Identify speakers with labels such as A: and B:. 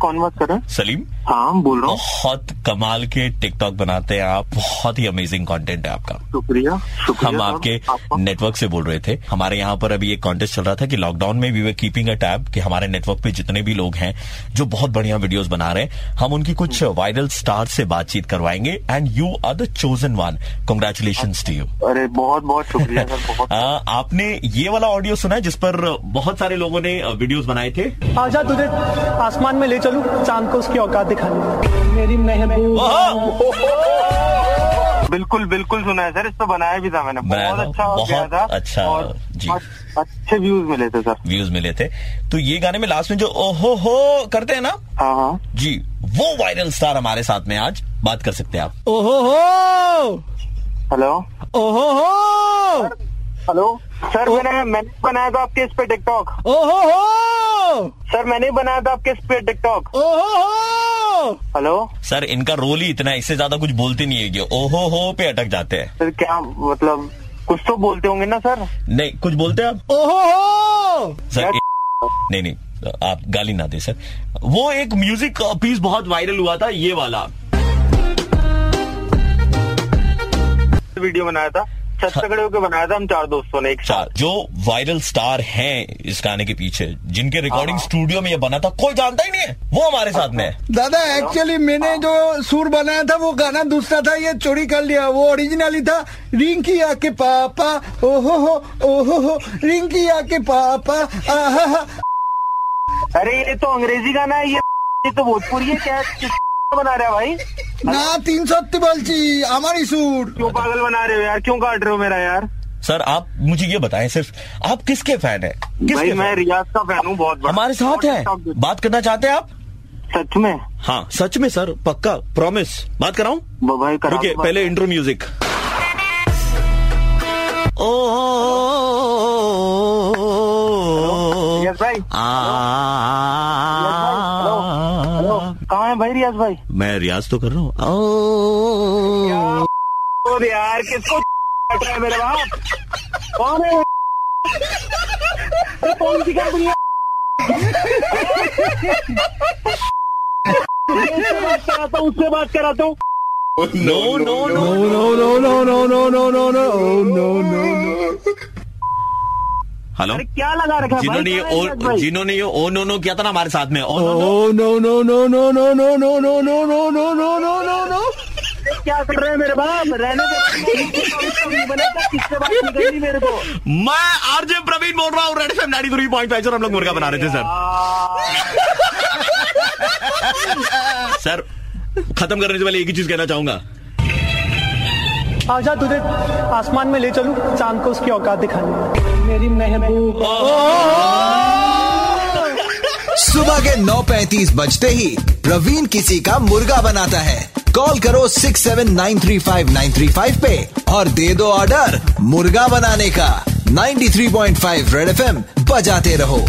A: कौन बात कर रहे हैं
B: सलीम
A: हाँ बोल रहा हूँ
B: बहुत कमाल के टिकटॉक बनाते हैं आप बहुत ही अमेजिंग कंटेंट है आपका
A: शुक्रिया शुक्रिया
B: हम
A: और
B: आपके
A: आपका-
B: नेटवर्क से बोल रहे थे हमारे यहाँ पर अभी एक कॉन्टेस्ट चल रहा था कि लॉकडाउन में we were keeping a tab कि हमारे नेटवर्क पे जितने भी लोग हैं जो बहुत बढ़िया वीडियोस बना रहे हैं हम उनकी कुछ वायरल स्टार से बातचीत करवाएंगे and you are the chosen one congratulation to you
A: अरे बहुत बहुत शुक्रिया सर बहुत
B: Uh, आपने ये वाला ऑडियो सुना है जिस पर बहुत सारे लोगों ने वीडियोस बनाए थे
C: आजा तुझे आसमान में ले चलूं चांद को उसकी औकात दिखाने मेरी महबूब
B: वाह!
A: बिल्कुल बिल्कुल सुना है सर इसको बनाया भी था मैंने
B: हाँ। बनाया
A: बहुत
B: था,
A: अच्छा हो गया
B: बहुत
A: था
B: अच्छा,
A: और
B: जी।
A: बहुत अच्छे व्यूज मिले थे सर
B: व्यूज मिले थे तो ये गाने में लास्ट में जो ओहो हो करते हैं ना
A: हाँ हाँ
B: जी वो वायरल स्टार हमारे साथ में आज बात कर सकते हैं आप
C: ओहो हो
A: हेलो
C: ओहो हो
A: हेलो सर मैंने मैंने बनाया था आपके इस पे टिकटॉक
C: ओहो हो
A: सर मैंने ही बनाया था आपके इस पे टिकटॉक
C: ओहो हो
A: हेलो
B: सर इनका रोल ही इतना है, इससे ज्यादा कुछ बोलते नहीं है ये ओहो हो पे अटक जाते हैं
A: सर क्या मतलब कुछ तो बोलते होंगे ना सर
B: नहीं कुछ बोलते हैं आप
C: ओहो हो
B: सर
A: क्या-
B: ए- नहीं नहीं आप गाली ना दे सर वो एक म्यूजिक पीस बहुत वायरल हुआ था ये वाला
A: वीडियो बनाया था छत से खड़े होकर बनाया था हम चार दोस्तों ने एक
B: हाँ। चार जो वायरल स्टार हैं इस गाने के पीछे जिनके रिकॉर्डिंग
D: हाँ।
B: स्टूडियो में ये बना था कोई जानता ही नहीं है वो हमारे साथ में है
D: दादा एक्चुअली मैंने जो सुर बनाया था वो गाना दूसरा था ये चोरी कर लिया वो ओरिजिनल ही था रिंकी आके पापा ओहो हो ओहो हो रिंकी आके पापा आहा हा।
A: साथ अरे ये तो अंग्रेजी गाना है ये ये तो भोजपुरी है क्या किस बना रहे हो भाई
D: ना तीन सत्य बलची हमारी सुर
A: क्यों पागल बना रहे हो यार क्यों काट रहे हो मेरा यार
B: सर आप मुझे ये बताएं सिर्फ आप किसके फैन है
A: भाई
B: किसके
A: मैं
B: fan?
A: रियाज का फैन हूँ बहुत बड़ा
B: हमारे साथ
A: और
B: है
A: TikTok भी।
B: बात करना चाहते हैं आप
A: सच में
B: हाँ सच में सर पक्का प्रॉमिस बात कराऊं
A: ब- भाई करा
B: रुकिए
A: दो बात।
B: पहले इंट्रो म्यूजिक ओ
A: रियाज भाई हेलो कहाँ है भाई रियाज भाई
B: मैं रियाज तो कर रहा हूँ
A: तो यार किसको काट रहा है मेरे बाप कौन है अरे कौन सी कंपनी है उससे बात कराता हूँ उससे बात कराता हूँ
B: no no no
D: no no no no no no no no no no no
B: hello
A: अरे क्या लगा रखा है भाई?
B: जिन्होंने ये
A: कहाँ है रियाज
B: ओ
A: भाई?
B: जिन्होंने ये ओ नो नो किया था ना हमारे साथ में oh no no
D: oh no no no no no no no no no no no no no no no
A: क्या कर रहे हैं मेरे बाप रहने तो दो बनेगा किससे बात नहीं करनी मेरे को
B: मैं आरजे प्रवीण बोल रहा हूँ रेड एफएम 93.5 सर हम लोग मुर्गा बना रहे थे सर
A: यार,
B: सर खत्म करने से पहले एक ही चीज कहना चाहूंगा
C: आजा तुझे आसमान में ले चलूं चांद को उसकी औकात दिखाने मेरी महबूब
E: सुबह के 9:35 बजते ही प्रवीण किसी का मुर्गा बनाता है कॉल करो 6793595 पे और दे दो ऑर्डर मुर्गा बनाने का 93.5 रेड एफएम बजाते रहो